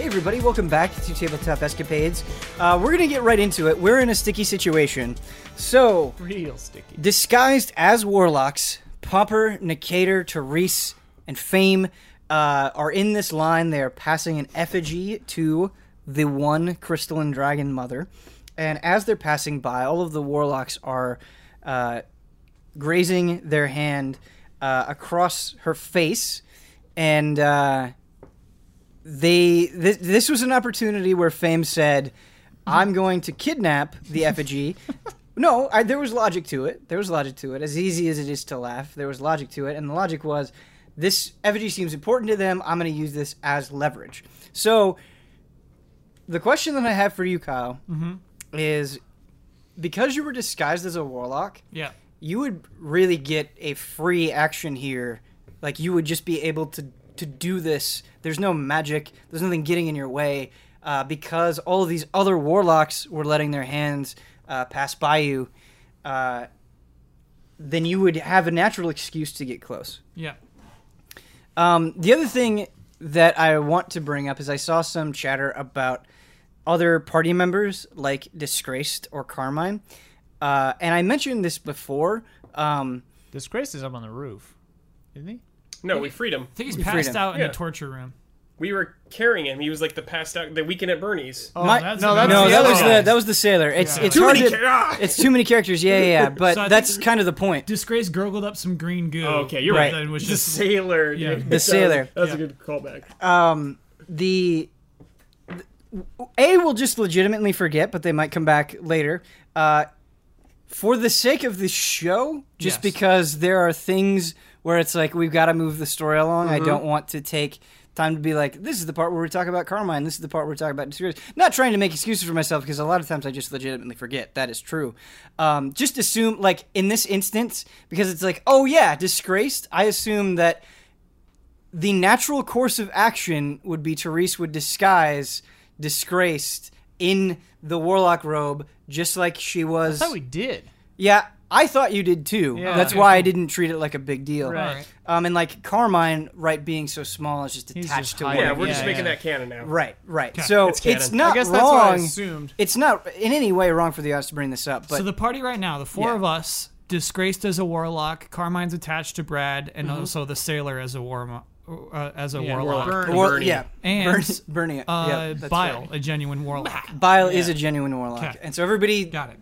everybody. Welcome back to Tabletop Escapades. Uh, we're going to get right into it. We're in a sticky situation. So, Real sticky. disguised as warlocks, Pomper, Nicator, Therese, and Fame uh, are in this line. They are passing an effigy to the one crystalline dragon mother. And as they're passing by, all of the warlocks are uh, grazing their hand uh, across her face. And uh, they this, this was an opportunity where Fame said, "I'm going to kidnap the effigy." no, I, there was logic to it. There was logic to it. As easy as it is to laugh, there was logic to it, and the logic was, this effigy seems important to them. I'm going to use this as leverage. So, the question that I have for you, Kyle, is because you were disguised as a warlock, Yeah. you would really get a free action here. Like you would just be able to to do this. There's no magic. There's nothing getting in your way uh, because all of these other warlocks were letting their hands uh, pass by you. Uh, then you would have a natural excuse to get close. Yeah. Um, the other thing that I want to bring up is I saw some chatter about other party members like Disgraced or Carmine, uh, and I mentioned this before. Um, Disgrace is up on the roof, isn't he? No, we freed him. I think he's freed passed him. out in Yeah. the torture room. We were carrying him. He was like the passed out the weekend at Bernie's. Oh, My- that's no, another no, That's the that other was guy. the that was the sailor. It's it's Too hard many to- ca- ah! it's too many characters. Yeah, yeah, yeah. But So I think that's the- kind of the point. Disgrace gurgled up some green goo. Oh, okay, you're Right. Then was The just sailor. dude. Yeah. The That was- sailor. That was Yeah. a good callback. Um, the, the A will just legitimately forget, but they might come back later. Uh, for the sake of the show, just Yes. because there are things where it's like we've got to move the story along. I don't want to take time to be like, this is the part where we talk about Carmine. This is the part where we talk about disgrace. Not trying to make excuses for myself because a lot of times I just legitimately forget. That is true. Um, just assume, like in this instance, because it's like, oh yeah, disgraced. I assume that the natural course of action would be Therese would disguise disgraced in the warlock robe, just like she was. how we did. Yeah, I thought you did too. Yeah. That's why I didn't treat it like a big deal. Right. Um, and like Carmine, right, being so small is just He's attached just to hiding. Yeah, one. we're Yeah, just making yeah. that canon now. Right, right. So It's it's, canon. not I guess that's what I wrong. assumed. It's not in any way wrong for the audience to bring this up, but so the party right now, the four Yeah. of us, disgraced as a warlock, Carmine's attached to Brad, and also the sailor as a war uh, as a warlock, Burn- War- Bernie. yeah, and Bernie, Bernie uh, yeah, that's Bile, right. a genuine warlock. Bile is a genuine warlock, Okay. and so everybody Got it.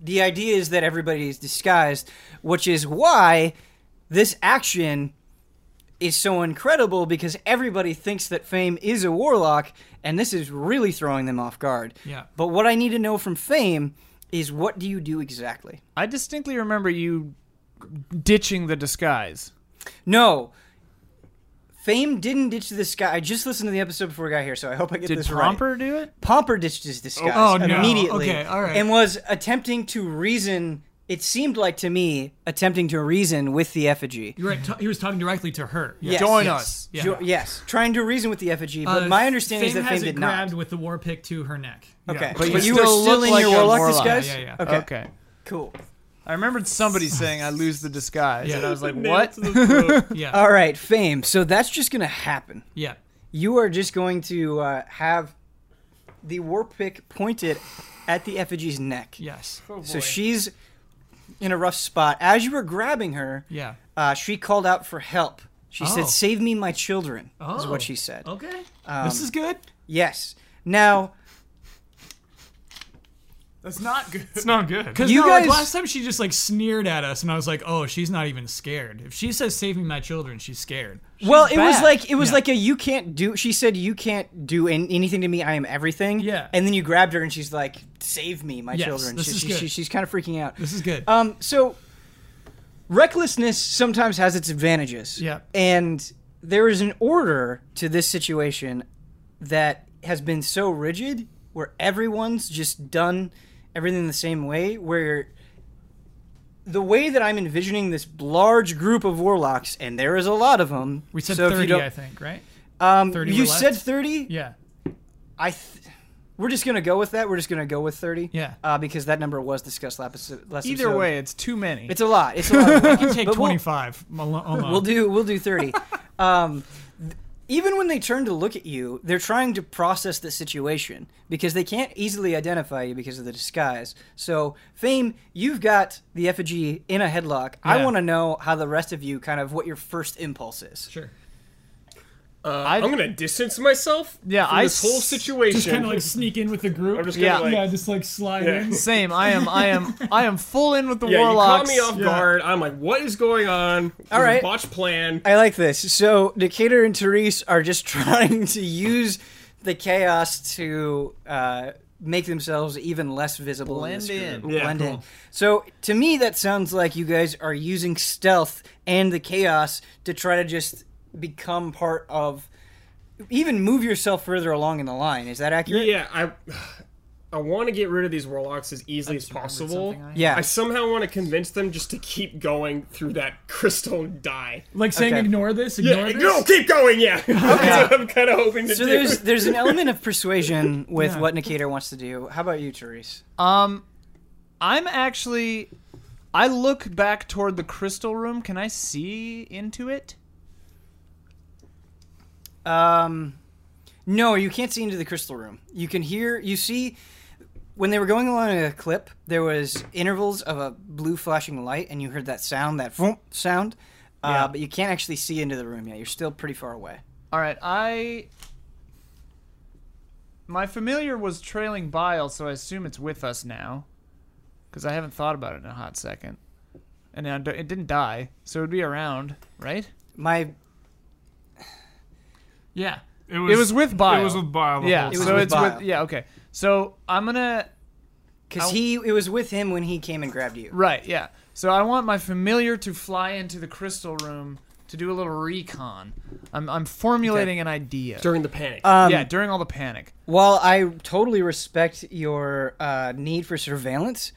the idea is that everybody is disguised, which is why this action is so incredible because everybody thinks that Fame is a warlock, and this is really throwing them off guard. Yeah. But what I need to know from Fame is what do you do exactly? I distinctly remember you ditching the disguise. No. Fame didn't ditch this guy. I just listened to the episode before we got here, so I hope I get Did this right. Tromper do it? Pomper ditched his disguise Oh, no. immediately Okay, all right. and was attempting to reason. It seemed like to me attempting to reason with the effigy. You're right. T- he was talking directly to her. Yes. Join yes. us. Yeah. Jo- yes, trying to reason with the effigy. But Uh, my understanding Fame is that has Fame it did grabbed not. with the war pick to her neck. Okay, But you you were still still look in like your a warlock, warlock. disguise. Yeah, yeah, yeah. Okay, okay. cool. I remembered somebody saying I lose the disguise, Yeah. and I was like, Nail "What?" to the throat. Yeah. All right, Fame. So that's just gonna happen. yeah. You are just going to uh, have the war pick pointed at the effigy's neck. Yes. So she's in a rough spot. As you were grabbing her, Yeah. uh, she called out for help. She Oh. said, "Save me, my children." Is Oh. what she said. Um, Okay. this is good. Yes. Now That's not good. It's not good. Because You no, like, guys- last time she just like sneered at us, and I was like, "Oh, she's not even scared. If she says save me my children, she's scared." well, it was bad. like it was Yeah. like a you can't do. She said you can't do an- anything to me. I am everything. Yeah. And then you grabbed her and she's like, "Save me, my Yes, children." this she, is she, good. she- she's kind of freaking out. This is good. Um. So recklessness sometimes has its advantages. Yeah. And there is an order to this situation that has been so rigid, where everyone's just done everything the same way, where the way that I'm envisioning this large group of warlocks, and there is a lot of them. we said so if you thirty, don't- I think, right? Um, 30 you were left? said 30. Yeah. I. Th- we're just gonna go with that. We're just gonna go with 30. Yeah. Uh, because that number was discussed last episode. last Either episode. way, it's too many. it's a lot. It's a lot. Of You take But we'll- twenty-five. We'll, We'll do we'll do 30. um, th- even when they turn to look at you, they're trying to process the situation because they can't easily identify you because of the disguise. So, Fame, you've got the effigy in a headlock. I Yeah. want to know how the rest of you kind of what your first impulse is. Sure. Uh, I'm gonna distance myself. Yeah, from I this whole s- situation. Just kind of like sneak in with the group. I'm just Yeah. gonna like. yeah, just like slide Yeah. in. Same. I am. I am. I am full in with the Yeah, warlocks. you caught me off guard. I'm like, what is going on? All right. Botch plan. I like this. So Decatur and Therese are just trying to use the chaos to uh, make themselves even less visible. in. this Blend group. in. Yeah, Blend in. cool. So to me, that sounds like you guys are using stealth and the chaos to try to just become part of, even move yourself further along in the line. Is that accurate? Yeah, I I want to get rid of these warlocks as easily as possible. something I- Yeah. I somehow want to convince them just to keep going through that crystal and die. Like saying, Okay. ignore this, Yeah, ignore this. no, keep going. Yeah, that's what I'm kind of hoping to So do. there's there's an element of persuasion with what Nicator wants to do. How about you, Therese? Um, I'm actually. I look back toward the crystal room. Can I see into it? Um, no, you can't see into the crystal room. You can hear, you see, when they were going along a clip, there was intervals of a blue flashing light, and you heard that sound, that vroom sound. Uh, But you can't actually see into the room yet. You're still pretty far away. All right. I. My familiar was trailing bile, so I assume it's with us now, because I haven't thought about it in a hot second, and I d- it didn't die, so it'd be around, right? My Yeah. It It was with bile. It was with Bile. The Yeah, whole It was so time. with it's bile. with yeah. Okay, so I'm gonna because he it was with him when he came and grabbed you. right. Yeah, so I want my familiar to fly into the crystal room to do a little recon. I'm I'm formulating an idea. during the panic. Um, yeah, during all the panic. While I totally respect your uh, need for surveillance,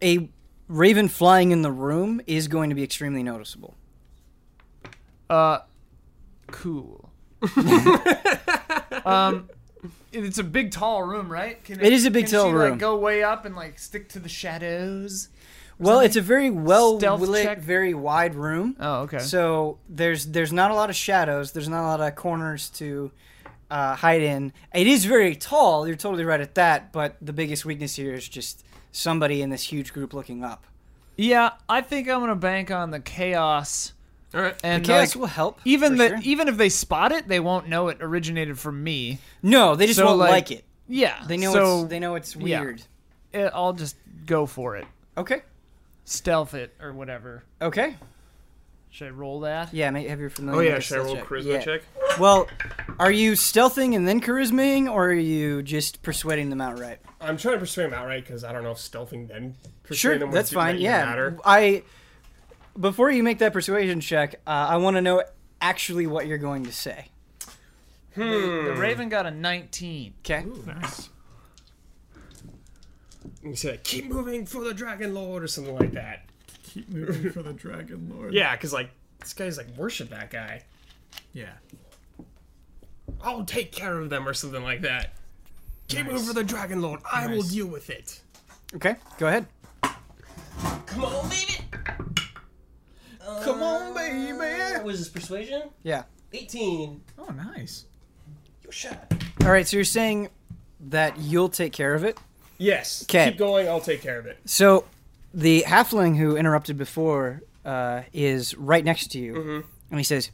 a raven flying in the room is going to be extremely noticeable. Uh, cool. um, it's a big tall room, right? Can It is a big, can tall she, room. Like, go way up and like stick to the shadows. Well, it's a very well Stealth lit, check? very wide room. Oh, okay. So there's there's not a lot of shadows. There's not a lot of corners to uh, hide in. It is very tall. You're totally right at that. But the biggest weakness here is just somebody in this huge group looking up. yeah, I think I'm gonna bank on the chaos. All right. And Chaos like, will help. even for the e-, sure. even if they spot it, they won't know it originated from me. no, they just so, won't like, like- it. Yeah, They know so it's they know it's yeah. weird. it- I'll just go for it, Okay. stealth it or whatever. Okay. Should I roll that? Yeah. May have your familiar. oh yeah, stealth should I roll check. charisma Yeah. check? Well, are you stealthing and then charismaing, or are you just persuading them outright? I'm trying to persuade him outright because I don't know if stealthing them. Sure, persuading them would that's do- might fine. even Yeah, Matter. I. Before you make that persuasion check, uh, I want to know actually what you're going to say. Hmm. The Raven got a 19. Okay. Nice. You say, keep moving for the dragon lord or something like that. Keep moving for the Dragon Lord. Yeah, because like this guy's like worship that guy. Yeah. I'll take care of them or something like that. Keep moving for the dragon lord. I will deal with it. Okay. Go ahead. Come on, baby. Come on, baby. Uh, What was this persuasion? Yeah. 18. Oh, nice. You shot. All right. So you're saying that you'll take care of it. Yes. 'Kay. Keep going. I'll take care of it. So the halfling who interrupted before uh, is right next to you, Mm-hmm. and he says,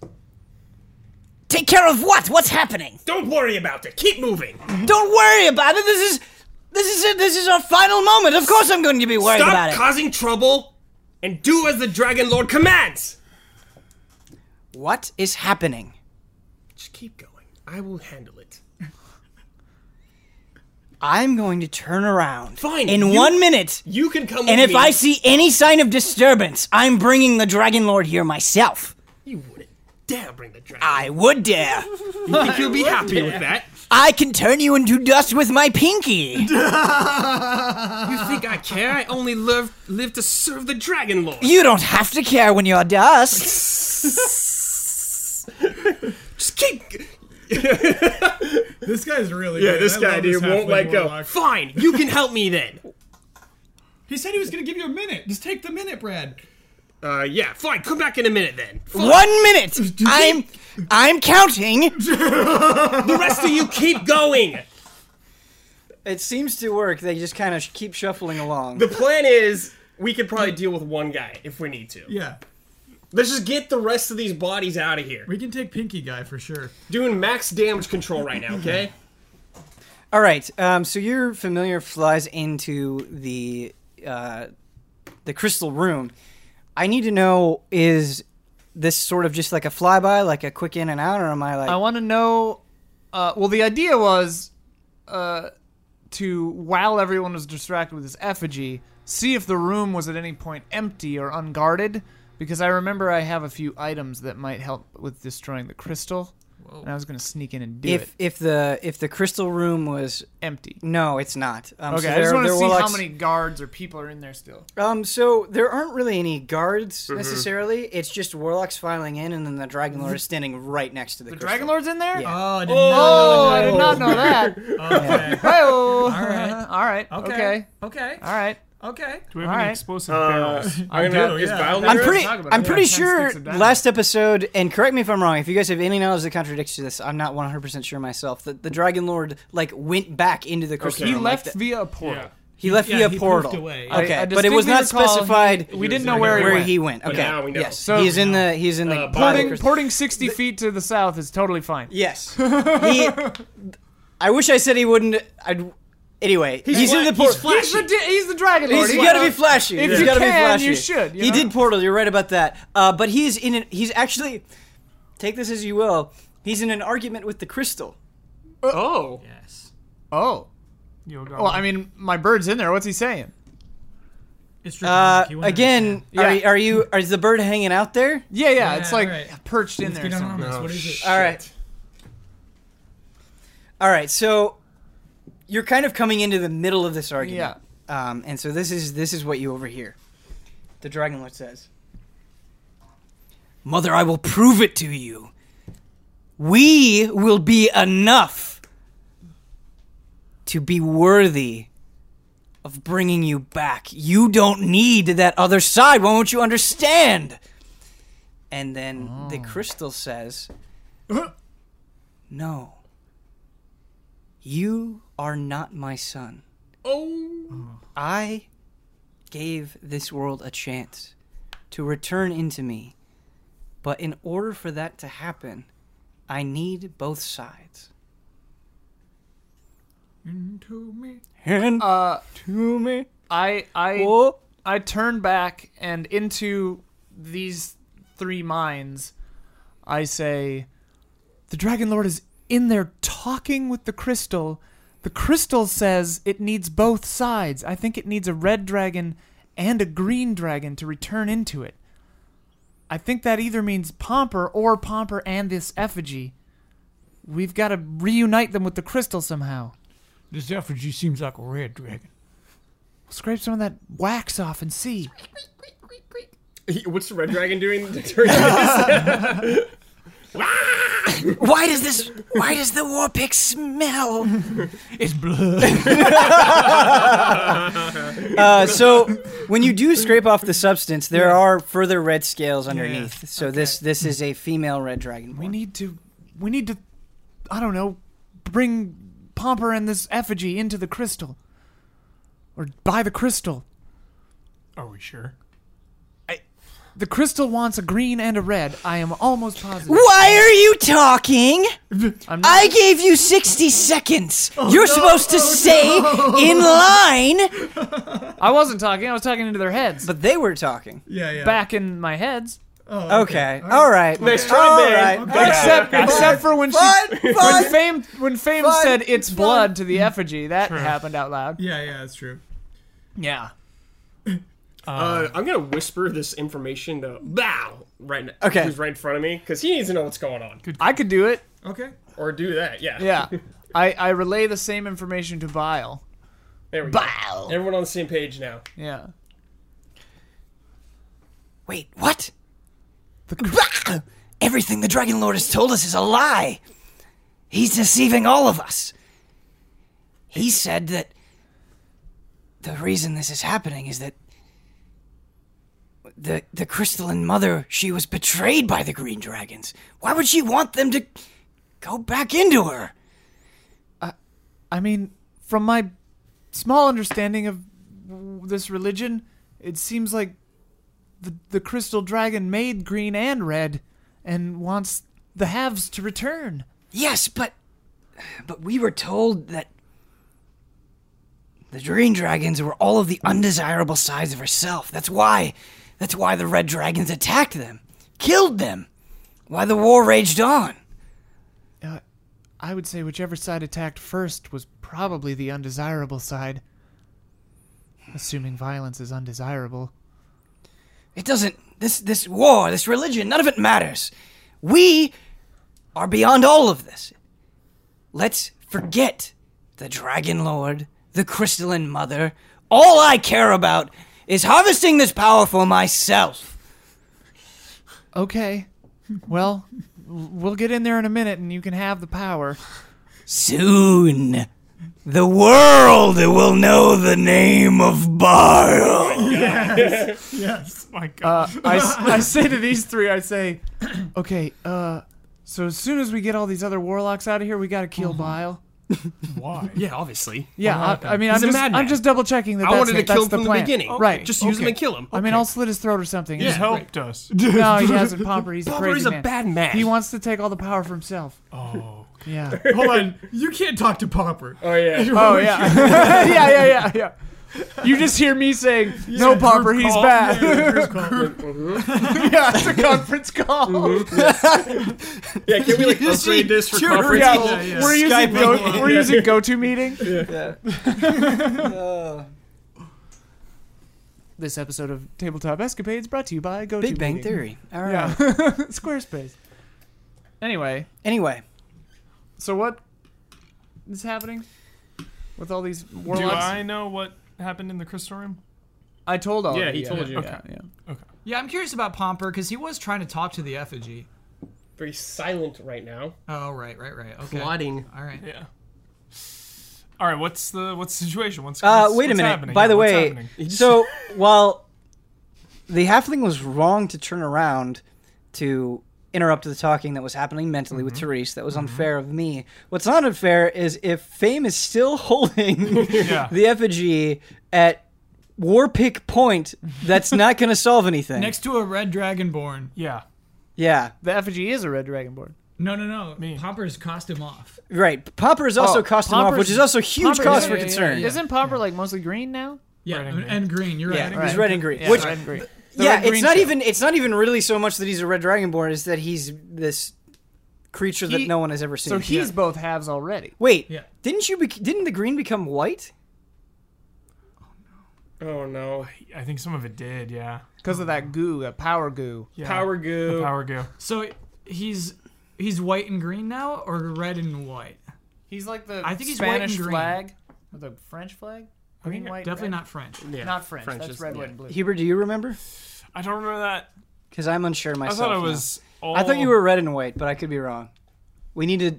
"Take care of what? What's happening? Don't worry about it. Keep moving. Don't worry about it. This is." This is it. This is our final moment. Of course, I'm going to be worried about Stop it. causing trouble and do as the dragon lord commands. what is happening? Just keep going. I will handle it. I'm going to turn around. Fine, In you- one minute. You can come And with if me. I see any sign of disturbance, I'm bringing the Dragon Lord here myself. You wouldn't dare bring the dragon. I would dare. I think you'll be happy with that. I can turn you into dust with my pinky. You think I care? I only live live to serve the dragon lord. You don't have to care when you're dust. Just keep This guy's really Yeah, good. this I guy, love dude, this won't halfling let go. warlock. Fine, you can help me then. He said he was going to give you a minute. Just take the minute, Brad. Uh, yeah, fine, come back in a minute then. F- One minute. I'm. I'm counting. The rest of you keep going. It seems to work. They just kind of sh- keep shuffling along. The plan is we could probably deal with one guy if we need to. Yeah, Let's just get the rest of these bodies out of here. we can take Pinky Guy for sure. Doing max damage control right now, okay? All right. Um, so your familiar flies into the uh, the crystal room. I need to know is this sort of just like a flyby, like a quick in and out, or am I like I want to know. Uh, well, the idea was uh, to while everyone was distracted with this effigy, see if the room was at any point empty or unguarded. Because I remember I have a few items that might help with destroying the crystal, and I was gonna sneak in and do if it if the if the crystal room was empty. no, it's not. Um, Okay, so I just there- want to there see were how lots- many guards or people are in there still. Um, so there aren't really any guards Mm-hmm. necessarily. It's just warlocks filing in, and then the dragon lord is standing right next to the, The crystal. dragon lord's in there. Yeah. Oh, I did Oh, I not did know not know that. that. Okay. Hi-oh. All right. all right, okay. Okay. Okay. all right. Okay. Do we have All any right. Uh, explosive barrels? I'm do, is yeah. Vile I'm there? pretty. talk about I'm it. pretty Yeah, ten sure sticks of dynamite. last episode, and correct me if I'm wrong. If you guys have any knowledge that contradicts this, I'm not 100 percent sure myself. That the Dragon Lord like went back into the crystal. Okay. He room, like left the- via a portal. Yeah. he left yeah, via he poofed portal. away. Okay, I- I but it was not distinctly recall he- specified we didn't was know there. where he where went. he went. Okay. now we know. Yes. So- he's in the. He's in the. body Uh, of the Porting, crystal. porting 60 feet to the south is totally fine. Yes. He. I wish I said he wouldn't. I'd. Anyway, he's, in the portal. fla- he's flashy. He's the, di- he's the dragon lord. He's He- gotta be flashy. If He's you gotta be can, flashy. you should, you he know? did portal. You're right about that. Uh, but he's in. An, he's actually. Take this as you will. He's in an argument with the crystal. oh. Yes. Oh. Yo, Well, I mean, my bird's in there. What's he saying? It's true. Uh, Pinky, you again, Yeah. are, are you? Are, is the bird hanging out there? Yeah, yeah. Yeah, it's like alright. perched in understand. there. Let's get on somewhere. this. What is it? All right. All right. So you're kind of coming into the middle of this Yeah. argument. Yeah. Um, and so this is this is what you overhear. The dragon lord says, "Mother, I will prove it to you. We will be enough to be worthy." Of bringing you back. You don't need that other side. Why won't you understand? And then the crystal says, No. You are not my son. Oh, I gave this world a chance to return into me. But in order for that to happen, I need both sides. Into me. And Uh, to me. I, I, Oh. I turn back and into these three minds, I say, the Dragon Lord is in there talking with the crystal. The crystal says it needs both sides. I think it needs a red dragon and a green dragon to return into it. I think that either means Pomper or Pomper and this effigy. We've got to reunite them with the crystal somehow. This effigy seems like a red dragon. Scrape some of that wax off and see. He- what's the red dragon doing during this? Why does this why does the war pick smell? It's blood. Uh, so when you do scrape off the substance, there are further red scales underneath. So this this is a female red dragon. We need to. We need to. I don't know. Bring Pomper and this effigy into the crystal, or buy the crystal. Are we sure? The crystal wants a green and a red. I am almost positive. Why are you talking? I'm not, I gave you 60 seconds. You're supposed to stay in line. I wasn't talking. I was talking into their heads. But they were talking. Yeah, yeah. back in my heads. Oh, Okay. All right. Nice try, babe. All Okay. right. Except, Yeah. except for when she, Fine, when fine. Fame, when Fame Fine. said it's Fine. blood to the effigy, that happened out loud. Yeah, yeah, that's true. Yeah. uh, I'm gonna whisper this information to Bow right now. Okay. Who's right in front of me? Because he needs to know what's going on. I could do it. Okay. Or do that. Yeah. Yeah. I, I relay the same information to Bile. There we Bile. go. Everyone on the same page now. Yeah. Wait, what? Bah! Everything the Dragon Lord has told us is a lie. He's deceiving all of us. He said that the reason this is happening is that the the crystalline mother, she was betrayed by the green dragons. Why would she want them to go back into her? I mean, from my small understanding of w- this religion, it seems like the, the crystal dragon made green and red and wants the halves to return. Yes, but but we were told that the green dragons were all of the undesirable sides of herself. That's why that's why the red dragons attacked them, killed them. Why the war raged on. Uh, I would say whichever side attacked first was probably the undesirable side. Assuming violence is undesirable. It doesn't this this war, this religion, none of it matters. We are beyond all of this. Let's forget the Dragon Lord, the Crystalline Mother. All I care about is harvesting this power for myself. Okay. Well, w- we'll get in there in a minute and you can have the power. Soon, the world will know the name of Baal. Uh, I, s- I say to these three, I say, okay, uh, so as soon as we get all these other warlocks out of here, we gotta kill Bile. Why? Yeah, obviously. Yeah, I, I mean, I'm He's a just, madman. I'm just double checking that I that's, wanted to that's kill him the from the plan. beginning. Right. Just use him and kill him. I mean, I'll slit his throat or something. He's Yeah. helped us. No, he hasn't. Pomper, he's a Popper crazy is a man. bad man. He wants to take all the power for himself. Oh. Yeah. Hold on. You can't talk to Popper. Oh yeah. Oh yeah. yeah, yeah, yeah, yeah. You just hear me saying, "No, Popper, he's bad." Mm-hmm. yeah, it's a conference call. Yeah, can we like upgrade this for conference Yeah, call? we're using go, we're using GoToMeeting. This episode of Tabletop Escapades brought to you by GoToMeeting. Big Bang Theory. All right. Yeah, Squarespace. Anyway, Anyway, so what is happening with all these warlocks? Do I know what happened in the crystal room? I told all. Yeah, he told you. Yeah, yeah. Yeah, I'm curious about Pomper because he was trying to talk to the effigy. Very silent right now. Oh, right, right, right. Okay. Plotting. All right. Yeah. All right. What's the what's the situation? What's uh, what's- wait a what's minute. happening? By the What's way, happening? so while the halfling was wrong to turn around to interrupt the talking that was happening mentally Mm-hmm. with Therese, that was unfair of me. What's not unfair is if Fame is still holding Yeah. the effigy at Warpick Point, that's not going to solve anything. Next to a red dragonborn. yeah. yeah. The effigy is a red dragonborn. No, no, no. Me. Pomper's cost him off. Right. Pomper is also Oh, cost him off, Pomper's- which is also a huge Pomper- cause yeah, for yeah, yeah, concern. Yeah, Isn't Pomper like mostly green now? Yeah, Red and and, green. and green. You're right. he's Right. red and green. Yeah, which red and green. yeah, red it's green not show. even it's not even really so much that he's a red dragonborn, it's that he's this creature that He- no one has ever seen. So he's both halves already. Wait, Yeah. didn't you? Bec- didn't the green become white? Oh no. I think some of it did. Yeah. Because of that goo, that power goo. yeah. Power goo. The power go. So he's he's white and green now, or red and white. He's like the I think he's white Spanish and green. flag. Or the French flag? Green, think- white, Definitely red. not French. Yeah, Not French. That's is- red, yeah. white, and blue. Heber, do you remember? I don't remember that. Because I'm unsure I myself. thought it now. was. All, I thought you were red and white, but I could be wrong. We need to.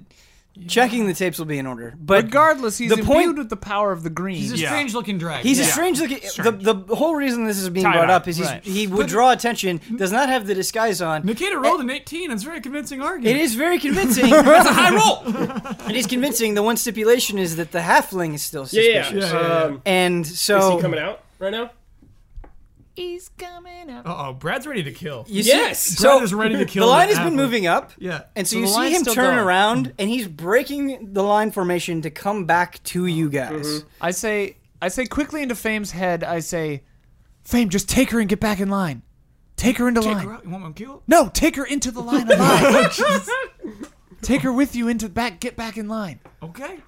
Checking the tapes will be in order, but Regardless, he's The imbued point- with the power of the green. He's a Yeah. strange looking dragon. He's a Yeah. strange looking. The, the whole reason this is being Tie-dye, brought up is he's, right. he would draw attention, does not have the disguise on. Nikita rolled an 18. It's a very convincing It argument. is very convincing. That's a high roll. It is convincing. The one stipulation is that the halfling is still Yeah, suspicious. yeah. yeah. Um, And is so he coming out right now? he's coming up. Uh oh, Brad's ready to kill. you Yes! see, Brad so is ready to kill. the line that has been apple. moving up. Yeah. And so, So you the see line's him still turn going. around, and he's breaking the line formation to come back to you guys. I say, I say quickly into Fame's head. I say, Fame, just take her and get back in line. Take her into Take line. her out. You want me to kill? No, take her into the line alive. take her with you into back. Get back in line. Okay.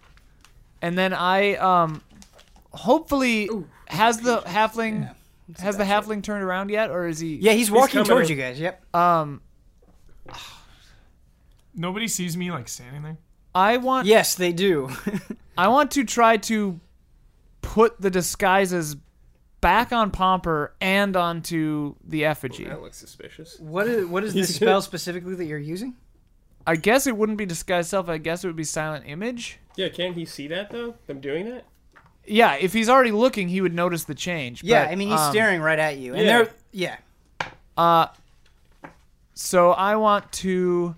And then I, um, hopefully, has the halfling, has the halfling turned around yet, or is he? Yeah, he's walking coming towards in. you guys. Yep. Um, Nobody sees me like standing there. I want. Yes, they do. I want to try to put the disguises back on Pomper and onto the effigy. That looks suspicious. what is what is the spell specifically that you're using? I guess it wouldn't be disguise self. I guess it would be silent image. Yeah, can he see that though? Them doing that? Yeah, if he's already looking, he would notice the change. Yeah, but, I mean he's um, staring right at you, and yeah. they're yeah. So I want to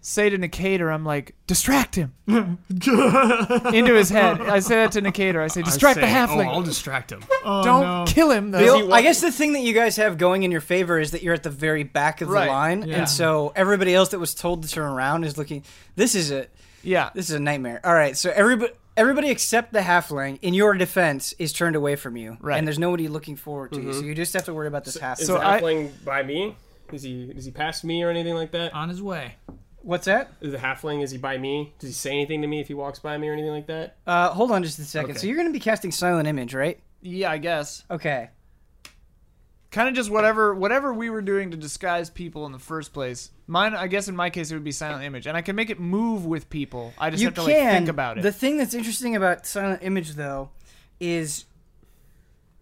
say to Nicator, I'm like, distract him into his head. I say that to Nicator. I say, I distract the say, halfling. Oh, I'll distract him. Don't no. kill him though. The- I guess the thing that you guys have going in your favor is that you're at the very back of Right, the line, yeah. and so everybody else that was told to turn around is looking. This is a yeah. this is a nightmare. All right, so everybody everybody except the halfling in your defense is turned away from you, Right. And there's nobody looking forward to you, so you just have to worry about this halfling. Is So the I- halfling by me? Is he is he past me or anything like that? on his way. What's that? Is the halfling is he by me? Does he say anything to me if he walks by me or anything like that? Uh, hold on just a second. Okay. So you're going to be casting silent image, right? Yeah, I guess. Okay. Kind of just whatever whatever we were doing to disguise people in the first place. Mine, I guess in my case, it would be silent image, and I can make it move with people. I just you have to can like think about it. The thing that's interesting about silent image though is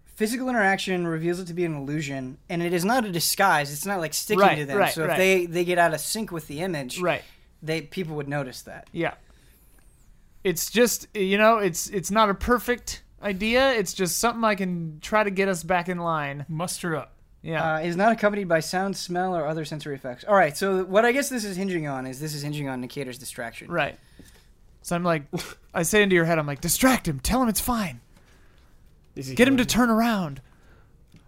physical interaction reveals it to be an illusion and it is not a disguise. It's not like sticking Right, to them. right, so if right. they they get out of sync with the image, right. they people would notice that. Yeah. It's just you know, it's it's not a perfect idea. It's just something I can try to get us back in line. Muster up. Yeah. Uh, is not accompanied by sound, smell, or other sensory effects. All right, so what I guess this is hinging on is this is hinging on Nicator's distraction. right. So I'm like I say into your head, I'm like, distract him, tell him it's fine. Is he Get him coming- to turn around.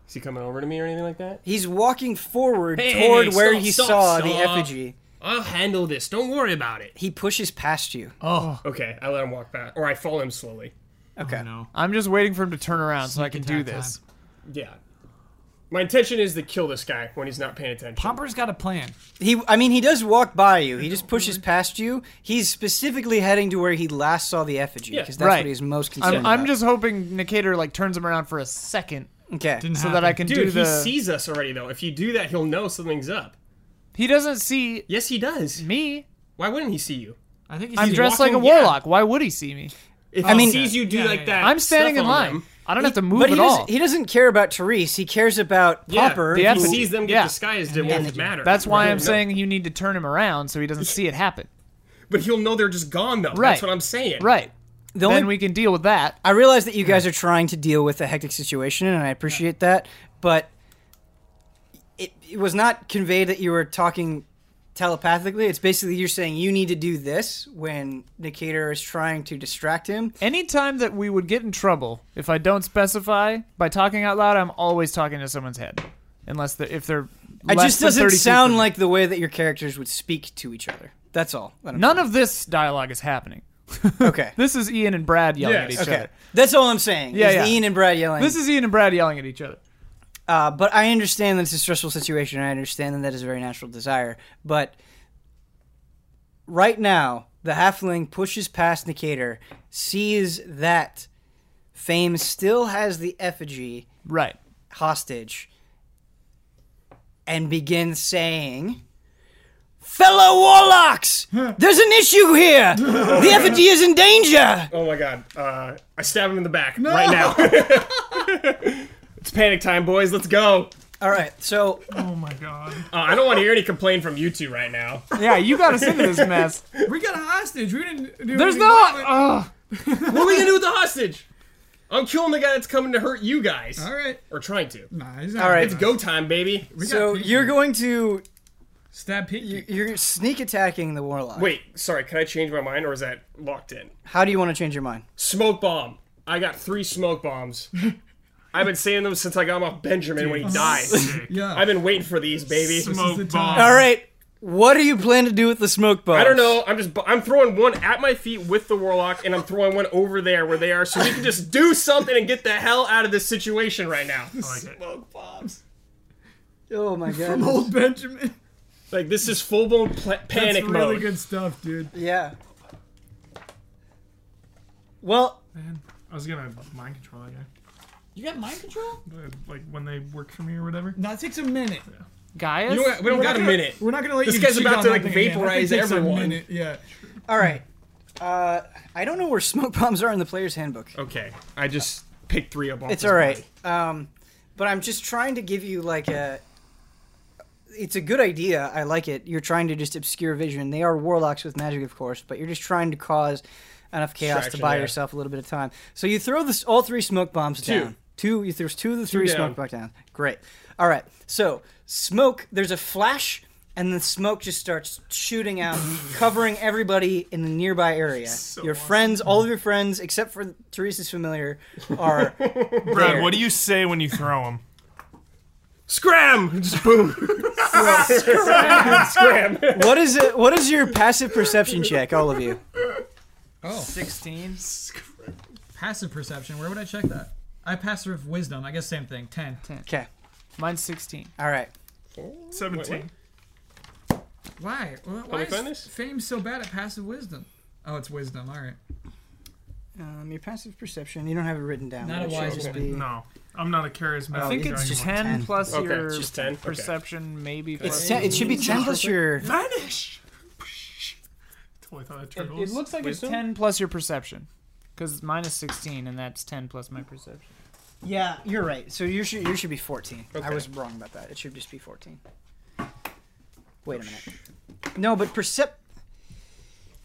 Is he coming over to me or anything like that? He's walking forward Hey, toward stop, where he stop, saw the stop. effigy. I'll handle this. Don't worry about it. He pushes past you. Oh, Oh. Okay, I let him walk back, or I follow him slowly. Okay. No. I'm just waiting for him to turn around so I can Sneak do attack this. Yeah. My intention is to kill this guy when he's not paying attention. Pomper's got a plan. He, I mean, he does walk by you. He just pushes past you. He's specifically heading to where he last saw the effigy Yeah. because that's Right. what he's most concerned I'm, I'm about. just hoping Nicator like turns him around for a second okay. Didn't so that I can Dude, do he the sees us already though. If you do that, he'll know something's up. He doesn't see Yes, he does. me. Why wouldn't he see you? I think he's I'm he's dressed like walking- a yeah. warlock. Why would he see me? If mean- he sees you do Yeah, like yeah, that, yeah. I'm standing stuff in on line. him, I don't have to move but he at doesn't, all. he doesn't care about Therese. He cares about yeah, Popper. who- the he effort. sees them get Yeah. disguised. It won't matter. That's why I'm No. saying you need to turn him around so he doesn't see it happen. But he'll know they're just gone though. Right. That's what I'm saying. Right. the only, Then we can deal with that. I realize that you guys are trying to deal with a hectic situation, and I appreciate that. But it, it was not conveyed that you were talking telepathically. It's basically you're saying you need to do this when Nicator is trying to distract him. Anytime that we would get in trouble, if I don't specify by talking out loud, I'm always talking to someone's head, unless they if they're. It less just than doesn't 30 feet sound from- like the way that your characters would speak to each other. That's all. that I'm- None of this dialogue is happening. Okay. This is Ian and Brad yelling at Yes. each Okay. other. That's all I'm saying. Yeah, is yeah. the Ian and Brad yelling. This is Ian and Brad yelling at each other. uh, but I understand that it's a stressful situation. and I understand that that is a very natural desire. But right now, the halfling pushes past Nicator, sees that Fame still has the effigy Right. hostage, and begins saying. Fellow warlocks, there's an issue here. The effigy is in danger. Oh my god. Uh, I stab him in the back right now. it's panic time, boys. Let's go. All right, so Oh my god. Uh, I don't want to hear any complaint from you two right now. Yeah, you got us into this mess. We got a hostage. We didn't do There's anything no. uh, violent. Ugh. What are we gonna do with the hostage? I'm killing the guy that's coming to hurt you guys. All right. Or trying to. Nah, he's All right. It's go time, baby. We got so Pinky. you're going to stab Pinky. you're sneak attacking the warlock. Wait, sorry, can I change my mind or is that locked in? How do you want to change your mind? Smoke bomb. I got three smoke bombs. I've been saying them since I got them off Benjamin when he died. Yeah. I've been waiting for these, baby. Smoke time. bomb. All right, what do you plan to do with the smoke bomb? I don't know. I'm just I'm throwing one at my feet with the warlock, and I'm throwing one over there where they are, so we can just do something and get the hell out of this situation right now. like it. Smoke bombs. Oh my From god. old Benjamin. Like this is full blown pl- That's panic really mode. good stuff, dude. Yeah. Well, Man, I was gonna mind control that guy. You got mind control? Like when they work for me or whatever. That takes a minute. Guyas? You know what? We don't We're got not a gonna- minute. We're not gonna let This you. guy's cheat about on to, like, nothing again. That vaporize takes a everyone. minute, Yeah. all right. Uh, I don't know where smoke bombs are in the player's handbook. Okay, I just picked three up. off It's his all right. body. Um, but I'm just trying to give you like a. It's a good idea. I like it. You're trying to just obscure vision. They are warlocks with magic, of course, but you're just trying to cause enough chaos to Distraction, buy yeah. yourself a little bit of time. So you throw this all three smoke bombs down. Two. You, there's two of the three down. smoke bombs down. Great. All All right. So smoke. There's a flash, and the smoke just starts shooting out, covering everybody in the nearby area. your friends, all of your friends, except for Teresa's familiar, are Brad, what do you say when you throw him? Scram! Just boom. Scram. Scram. what is it? What is your passive perception check, all of you? Sixteen. Passive perception. Where would I check that? I passive wisdom. I guess same thing. Ten. Okay. Mine's 16. All right. Seventeen. Why? Why, why we is find this? Fame so bad at passive wisdom? Oh, it's wisdom. All right. Um, your passive perception. You don't have it written down. but Not a it should wise just man. be- No, I'm not a charismatic. Oh, I think it's just 10, 10. plus Okay, your just 10, okay. perception, maybe. It's plus- ten, it should be ten plus your. vanish. Totally thought it It, turtles. it looks like Wisdom? it's 10 plus your perception. Because mine is 16, and that's 10 plus my perception. Yeah, you're right. So you should you should be 14. I Okay. was wrong about that. It should just be 14. Wait a minute. No, but percep.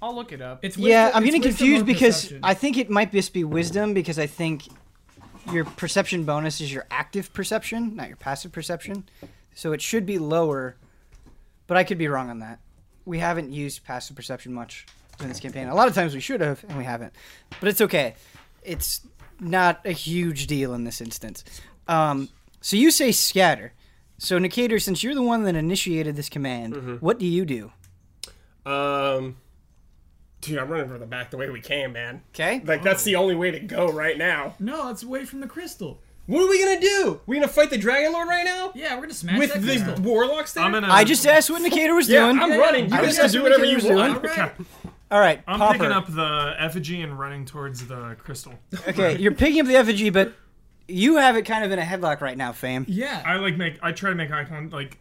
I'll look it up. It's Yeah, wisdom- I'm it's getting wisdom confused or because perception. I think it might just be wisdom because I think your perception bonus is your active perception, not your passive perception. So it should be lower, but I could be wrong on that. We haven't used passive perception much in this campaign. A lot of times we should have, and we haven't. But it's okay. It's not a huge deal in this instance. Um, so you say scatter. So Nikator, since you're the one that initiated this command, Mm-hmm. what do you do? Um, dude, I'm running from the back the way we came, man. Okay. Like that's the only way to go right now. No, it's away from the crystal. What are we gonna do? We gonna fight the Dragon Lord right now? Yeah, we're gonna smash With that the crystal. warlocks there? I'm gonna. I just asked what Nikator was yeah, doing. I'm running. You I guys just can asked do what whatever Nikator you was want. All right. All right, I'm Popper. picking up the effigy and running towards the crystal. Okay, you're picking up the effigy, but you have it kind of in a headlock right now, fam. Yeah. I like make. I try to make eye contact. Like,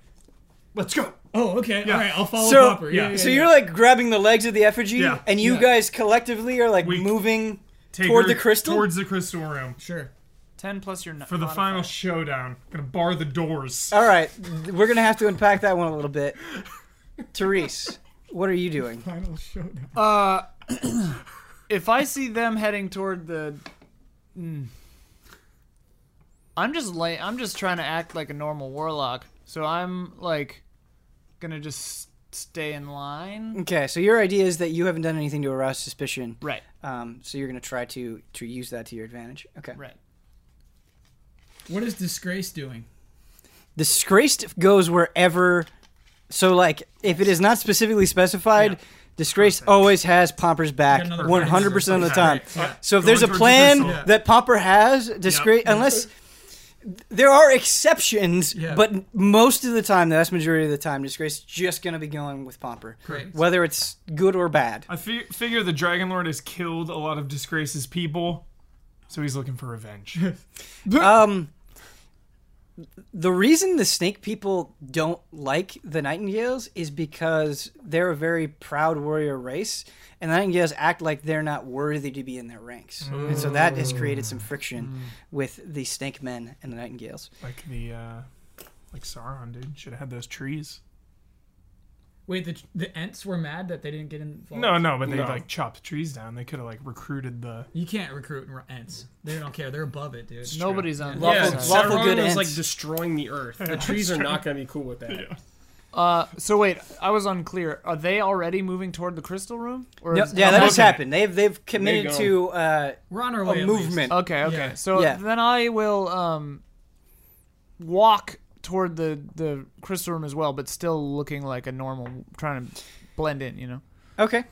let's go. Oh, okay. All right. I'll follow So- Popper. Yeah. yeah. yeah, So yeah. you're like grabbing the legs of the effigy, Yeah. and you Yeah. guys collectively are like We- moving. Take Toward her the crystal? Towards the crystal room sure. 10 plus your. for the final showdown. gonna bar the doors. All right, we're gonna have to unpack that one a little bit. Therese, what are you doing? Final showdown. Uh, if I see them heading toward the, Mm. I'm just lay. I'm just trying to act like a normal warlock. So I'm like, gonna just stay in line. Okay, so your idea is that you haven't done anything to arouse suspicion, Right. um, so you're gonna try to to use that to your advantage. Okay. Right. What is disgrace doing? Disgraced goes wherever. So like, if it is not specifically specified. Disgrace always has Pomper's back Got another 100% of the time. Yeah. So if Going there's a towards the plan crystal. that Popper has, discreet, Yeah. unless there are exceptions, Yeah. but most of the time, the vast majority of the time, disgrace is just going to be going with Pomper, Great. whether it's good or bad. I fi- figure the Dragon Lord has killed a lot of Disgrace's people, so he's looking for revenge. Um, the reason the snake people don't like the nightingales is because they're a very proud warrior race, and the nightingales act like they're not worthy to be in their ranks, and so that has created some friction Mm. with the snake men and the nightingales. like the, uh, like Sauron, dude. Should have had those trees. Wait, the the Ents were mad that they didn't get in. No, no, but they No. like chopped the trees down. They could have like recruited the. You can't recruit r- Ents. They don't care. They're above it, dude. Nobody's on. Lawful- Yeah. Yeah, lawful Sauron good was ends. like destroying the earth. The trees are not gonna be cool with that. Uh, so wait, I was unclear. Are they already moving toward the crystal room? Or No, is- yeah, that has looking at happened. They've they've committed go. to uh, We're on our way. a at least. movement. Okay, okay. Yeah. So Yeah. then I will um walk toward the the crystal room as well, but still looking like a normal, trying to blend in. You know. Okay,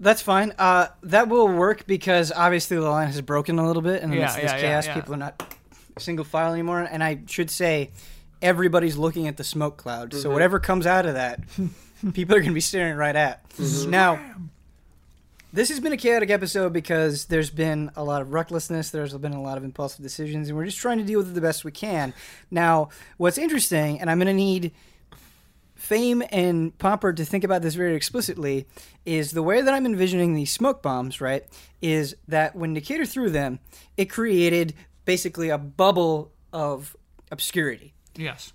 that's fine. Uh, that will work because obviously the line has broken a little bit, and then Yeah, it's this yeah, yeah, chaos. yeah. People are not single file anymore, and I should say everybody's looking at the smoke cloud. So whatever comes out of that, people are going to be staring right at. Now. This has been a chaotic episode because there's been a lot of recklessness, there's been a lot of impulsive decisions, and we're just trying to deal with it the best we can. Now, what's interesting, and I'm going to need Fame and Pomper to think about this very explicitly is the way that I'm envisioning these smoke bombs, right? Is that when Decatur threw them, it created basically a bubble of obscurity. Yes.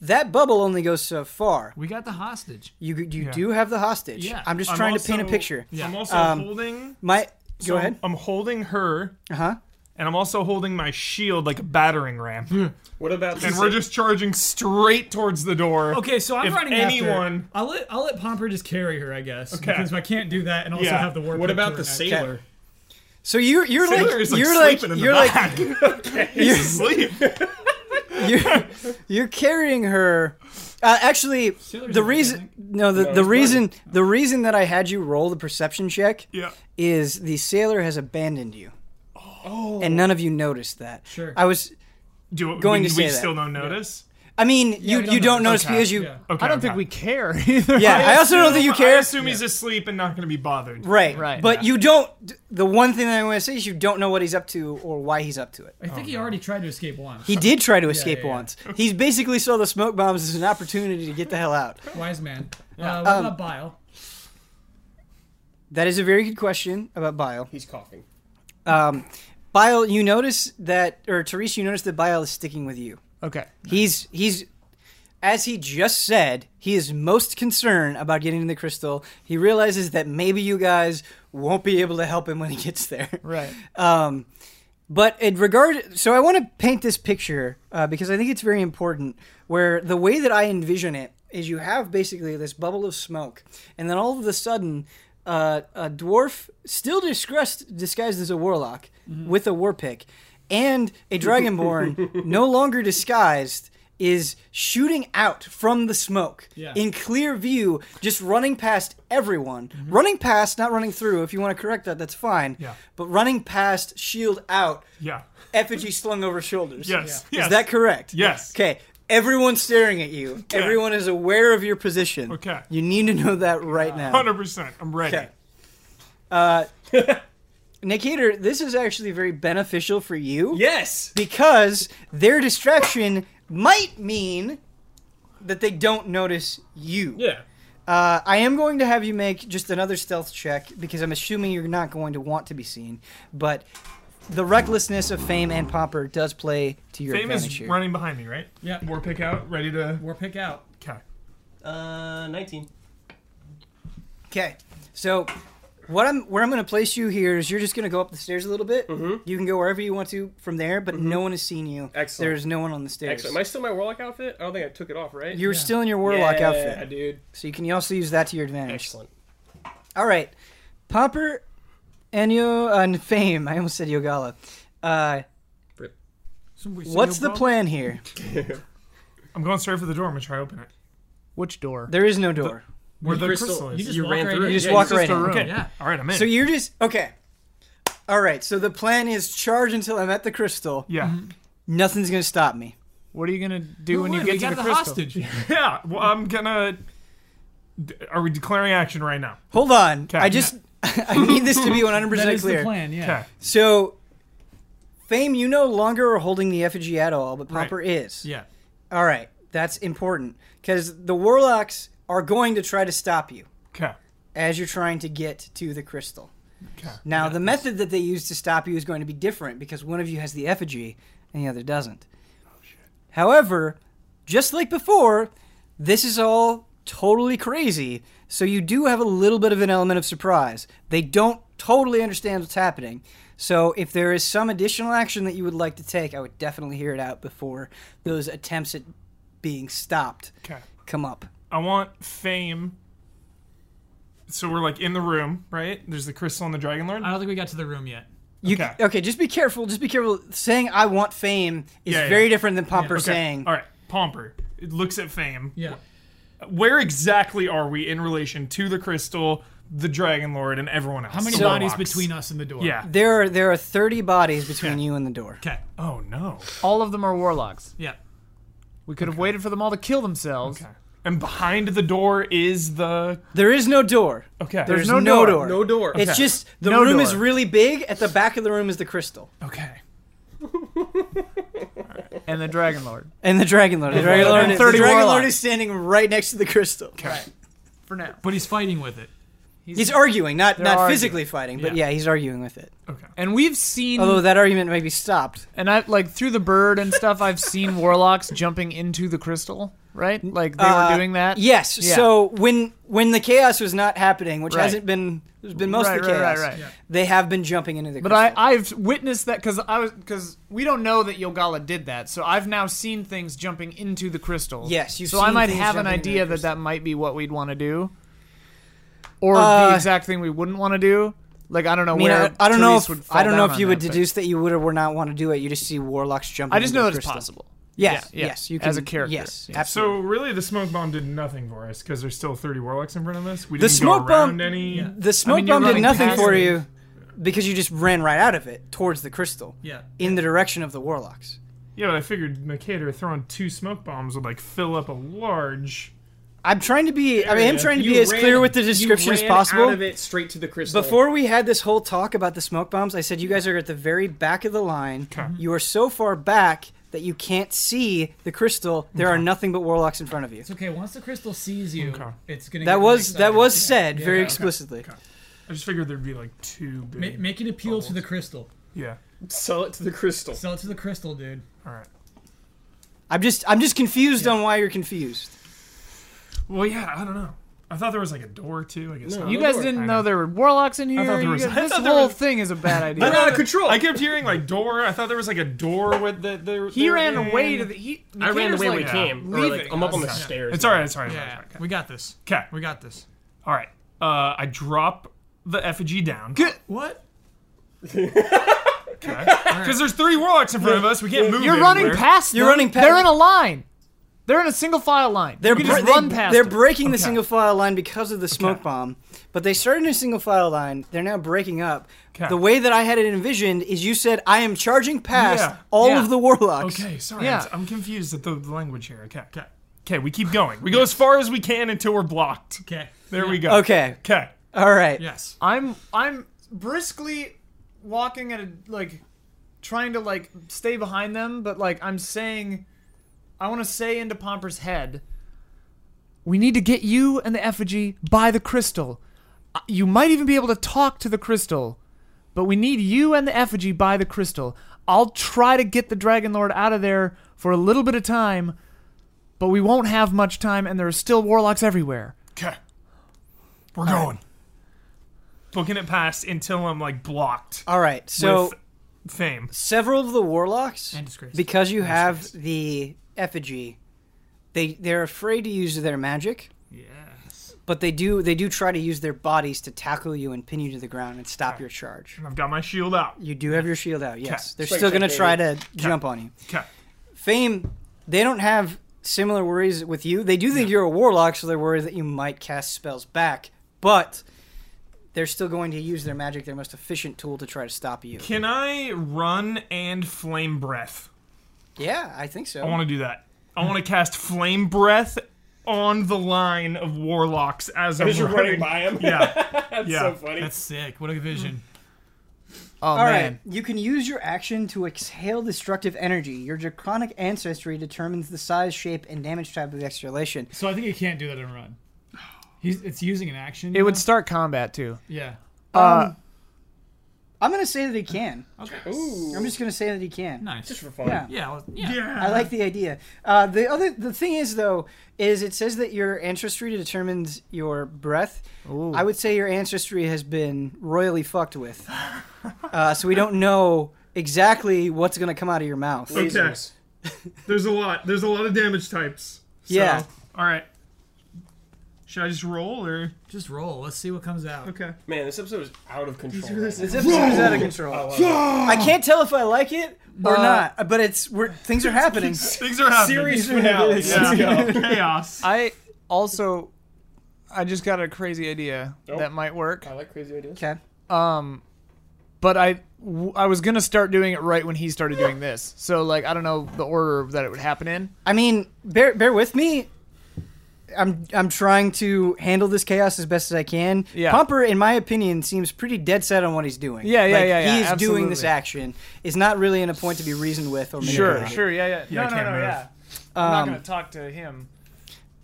That bubble only goes so far. We got the hostage. You you do have the hostage. Yeah. I'm just I'm trying to paint a also- picture. I'm also holding. My go so ahead. I'm holding her Uh huh. and I'm also holding my shield like a battering ram. and What about the we're just charging straight towards the door. Okay, so I'm If running anyone- after. I'll let I'll let Pomper just carry her, I guess, Okay. because I can't do that and also Yeah. have the war. What pick about the to her next. sailor? So you're you're Sailor like, is, like, you're like sleeping in the you're like He's asleep. you're, you're carrying her. Uh, actually, the not reason no the, the reason the reason that I had you roll the perception check yeah. is the sailor has abandoned you. Oh. And none of you noticed that. Sure. I was. Do Going we, to we say that. still don't notice? I mean, you you we don't don't notice Okay. because you. Yeah. Okay. I don't think okay. we care either. Yeah, I, also don't think you I care. assume he's asleep and not going to be bothered. Right. Right. But Yeah. you don't. The one thing that I want to say is you don't know what he's up to or why he's up to it. I think he already tried to escape once. He did try to escape yeah, yeah. once. He's basically saw the smoke bombs as an opportunity to get the hell out. Wise man. Uh, what Um, about Bile? That is a very good question about Bile. He's coughing. Um, Bile, you notice that, or Therese, you notice that Bile is sticking with you. Okay. He's he's as he just said, he is most concerned about getting the crystal. He realizes that maybe you guys won't be able to help him when he gets there. Right. Um, but in regard, so I want to paint this picture uh, because I think it's very important. Where the way that I envision it is, you have basically this bubble of smoke, and then all of a sudden, uh, a dwarf, still disguised disguised as a warlock, with a war pick, and a dragonborn, no longer disguised, is shooting out from the smoke Yeah. in clear view, just running past everyone. Running past, not running through. If you want to correct that, that's fine. Mm-hmm. Yeah. But running past, shield out, Yeah. effigy slung over shoulders. Yes. Is Yes. that correct? Yes. Okay. Everyone's staring at you. Everyone is aware of your position. Okay. You need to know that right now. 100%. I'm ready. Okay. Uh, Nikator, this is actually very beneficial for you Yes. because their distraction might mean that they don't notice you. Yeah. Uh, I am going to have you make just another stealth check because I'm assuming you're not going to want to be seen. But the recklessness of Fame and Pomper does play to your Fame advantage is here. running behind me, right? Yeah. War pick out, ready to. War pick out. Okay. Uh, 19. Okay, so what I'm where I'm going to place you here is you're just going to go up the stairs a little bit. Mm-hmm. You can go wherever you want to from there, but no one has seen you. Mm-hmm. Excellent. There's no one on the stairs. Excellent. Am I still in my warlock outfit? I don't think I took it off, right? You're still in your warlock yeah, outfit, dude. so you can also use that to your advantage. Excellent. All right, Pomper, Enyo, and Fame. I almost said Yogala. Uh, Rip. what's the plan here? I'm going straight for the door. I'm going to try to open it. Which door? There is no door. Where the crystal- crystal, is. You just You walk ran right through in. it. You just Yeah, walk just right a in. room. Okay. Yeah. All right, I'm in. So you're just okay. All right. So the plan is charge until I'm at the crystal. yeah. Nothing's gonna stop me. What are you gonna do when you Wood, get we to got the, the crystal? hostage. Yeah. Well, I'm going to. Are we declaring action right now? Hold on. I yeah. just I need this to be 100 That percent is the clear. plan. Yeah. Okay. So, Fame, you no longer are holding the effigy at all, but Popper is. Yeah. All right. That's important because the warlocks are going to try to stop you Okay. as you're trying to get to the crystal. Okay. Now, the method that they use to stop you is going to be different because one of you has the effigy and the other doesn't. Oh, However, just like before, this is all totally crazy, so you do have a little bit of an element of surprise. They don't totally understand what's happening. So, if there is some additional action that you would like to take, I would definitely hear it out before those attempts at being stopped Okay. come up. I want fame. So we're like in the room, right? There's the crystal and the dragon lord. I don't think we got to the room yet. You, Okay. okay, just be careful. Just be careful. Saying "I want fame" is Yeah, yeah. very different than Pomper Okay. saying. All right. Pomper. It looks at fame. Yeah. Where exactly are we in relation to the crystal, the dragon lord, and everyone else? How many The bodies warlocks? between us and the door? Yeah. There are there are thirty bodies between you and the door. Okay. Oh no. All of them are warlocks. Yeah. We could have waited for them all to kill themselves. Okay. And behind the door is the There is no door. okay. There's, no no, door. door. No door. It's just the No room is door. really big. At the back of the room is the crystal okay. And the dragon lord. and the dragon lord. The dragon lord, is, the 30 dragon lord warlocks. is standing right next to the crystal. For now. But he's fighting with it. He's, arguing, not not arguing. physically fighting, but yeah. he's arguing with it. Okay. And we've seen Although that argument may be stopped. and I like through the bird and stuff. I've seen warlocks jumping into the crystal, right? Like they Uh, were doing that. Yes. Yeah. So when when the chaos was not happening, which Right. hasn't been there's been most Right, of the right, right, chaos, right. Yeah. they have been jumping into the. But I, I've witnessed that because I was because we don't know that Yogala did that, so I've now seen things jumping into the crystal. Yes, you've so I seen might things have an jumping into idea the that that might be what we'd want to do, or Uh, the exact thing we wouldn't want to do. Like I don't know I mean, I, where I don't know Therese if would fall I don't know down if you on would that, but deduce that you would or would not want to do it. You just see warlocks jumping. I just into know the that it's crystal. possible. Yes, Yeah, yeah. yes, you can, As a character. Yes, Yeah. So absolutely. really, the smoke bomb did nothing for us because there's still 30 warlocks in front of us. We The didn't smoke go around bomb- any. the smoke mean, you're bomb did running nothing past for it. you because you just ran right out of it towards the crystal Yeah. in the direction of the warlocks. Yeah, but I figured Mercator throwing two smoke bombs would like fill up a large. I'm trying to be. I mean, I'm trying to You be as ran- clear with the you description as ran possible. Out of it straight to the crystal. Before we had this whole talk about the smoke bombs, I said you guys are at the very back of the line. You are so far back that you can't see the crystal. There are nothing but warlocks in front of you. It's okay. Once the crystal sees you, Okay. it's gonna. That get was really that was excited. said Yeah, very yeah. explicitly. I just figured there'd be like two Ma- big. make an appeal to the crystal. yeah. sell it to the crystal. Sell it to the crystal, dude. All right. I'm just I'm just confused on why you're confused. Well, yeah. I don't know. I thought there was like a door too. I guess No. not. You guys Lord. didn't I know know. there were warlocks in here. thought there You was- guys- I this thought there whole was- thing is a bad I'm idea. out of control. I kept hearing like door. I thought there was like a door with the. the he ran away to the. He, I ran the Nicator's way like, we came. Or, leaving like, I'm up on the us. stairs. It's all right. It's all right. Yeah, we got this. Okay. We got this. All right. Uh, I drop the effigy down. Good. What? Because there's three warlocks in front of us. We can't move. You're running anywhere. past. You're them. running past- They're in a line. They're in a single file line. They're you can just bre- run they, past. They're them. breaking the single file line because of the smoke bomb, but they started in a single file line. They're now breaking up. Okay. The way that I had it envisioned is you said I am charging past Yeah, all yeah. of the warlocks. Okay, sorry. Yeah. I'm, I'm confused at the, the language here. Okay. okay. Okay, we keep going. We go as far as we can until we're blocked. Okay. There we go. Okay. Okay. All right. Yes. I'm I'm briskly walking at a like trying to like stay behind them, but like I'm saying I want to say into Pomper's head, we need to get you and the effigy by the crystal. Uh, You might even be able to talk to the crystal, but we need you and the effigy by the crystal. I'll try to get the Dragon Lord out of there for a little bit of time, but we won't have much time, and there are still warlocks everywhere. Okay. We're going. Booking it past until I'm like blocked. All right. So with fame. several of the warlocks And disgrace. because you have the effigy they they're afraid to use their magic Yes. but they do they do try to use their bodies to tackle you and pin you to the ground and stop your charge I've got my shield out. you do have your shield out yes they're Straight still going to check, try to jump on you Okay. fame they don't have similar worries with you they do think you're a warlock so they're worried that you might cast spells back but they're still going to use their magic their most efficient tool to try to stop you Can I run and flame breath? yeah i think so I want to do that. I want to cast flame breath on the line of warlocks as I'm As you're running by him. Yeah. That's yeah. so funny. That's sick. What a vision. Oh All right, man. you can use your action to exhale destructive energy. Your draconic ancestry determines the size, shape, and damage type of the exhalation. So I think you can't do that in run. He's it's using an action. It would start combat too. Yeah. Um, I'm gonna say that he can. Ooh. I'm just gonna say that he can. Nice. Just for fun. Yeah. yeah. well, yeah. I like the idea. Uh, the other the thing is though is it says that your ancestry determines your breath. I would say your ancestry has been royally fucked with, uh, so we don't know exactly what's gonna come out of your mouth. Lasers. There's a lot. There's a lot of damage types. Yeah. All right. Should I just roll or? Just roll. Let's see what comes out. Okay. Man, this episode is out of control. This episode is out of control. Oh, I can't tell if I like it Uh, or not, but it's we're, things are happening. Things are happening. Series finale. Let's go. Chaos. I also, I just got a crazy idea that might work. Um, I like crazy ideas. Okay. But I, w- I was gonna start doing it right when he started doing this. So like, I don't know the order that it would happen in. I mean, bear bear with me. I'm I'm trying to handle this chaos as best as I can. Yeah. Pumper, in my opinion, seems pretty dead set on what he's doing. Yeah, yeah, like, yeah, yeah, He's doing this absolutely. action. It's not really in a point to be reasoned with or manipulated. sure, yeah, yeah. Yeah, I no, no, can't no, move. yeah. I'm not Um, gonna talk to him.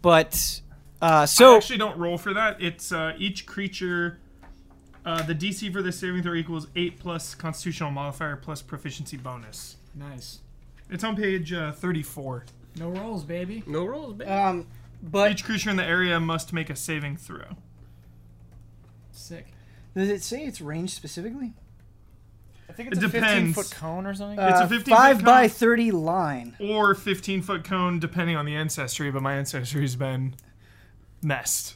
But Uh, so I actually don't roll for that. It's uh, each creature. Uh, the DC for the saving throw equals eight plus constitutional modifier plus proficiency bonus. Nice. It's on page uh, 34. No rolls, baby. No rolls, baby. um, but Each creature in the area must make a saving throw. Sick. does it say it's range specifically? I think it's It a 15 depends. foot cone or something. It's a Uh, 15 five foot by cone. thirty line. Or 15 foot cone, depending on the ancestry, but my ancestry's been messed.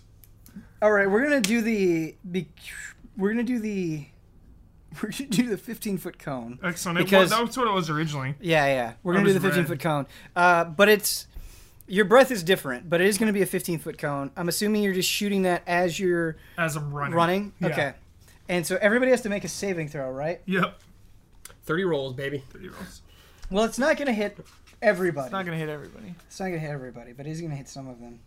All right, we're gonna do the be, we're gonna do the we're gonna do the fifteen foot cone. Excellent. It Because- was, that's what it was originally. Yeah, yeah. We're gonna do was the fifteen red. foot cone. Uh, but it's your breath is different, but it is gonna be a fifteen foot cone. I'm assuming you're just shooting that as you're As I'm running. running. Yeah. Okay. And so everybody has to make a saving throw, right? Yep. 30 rolls, baby. 30 rolls. Well, it's not gonna hit everybody. it's not going to hit everybody. gonna hit everybody, but it is gonna hit some of them.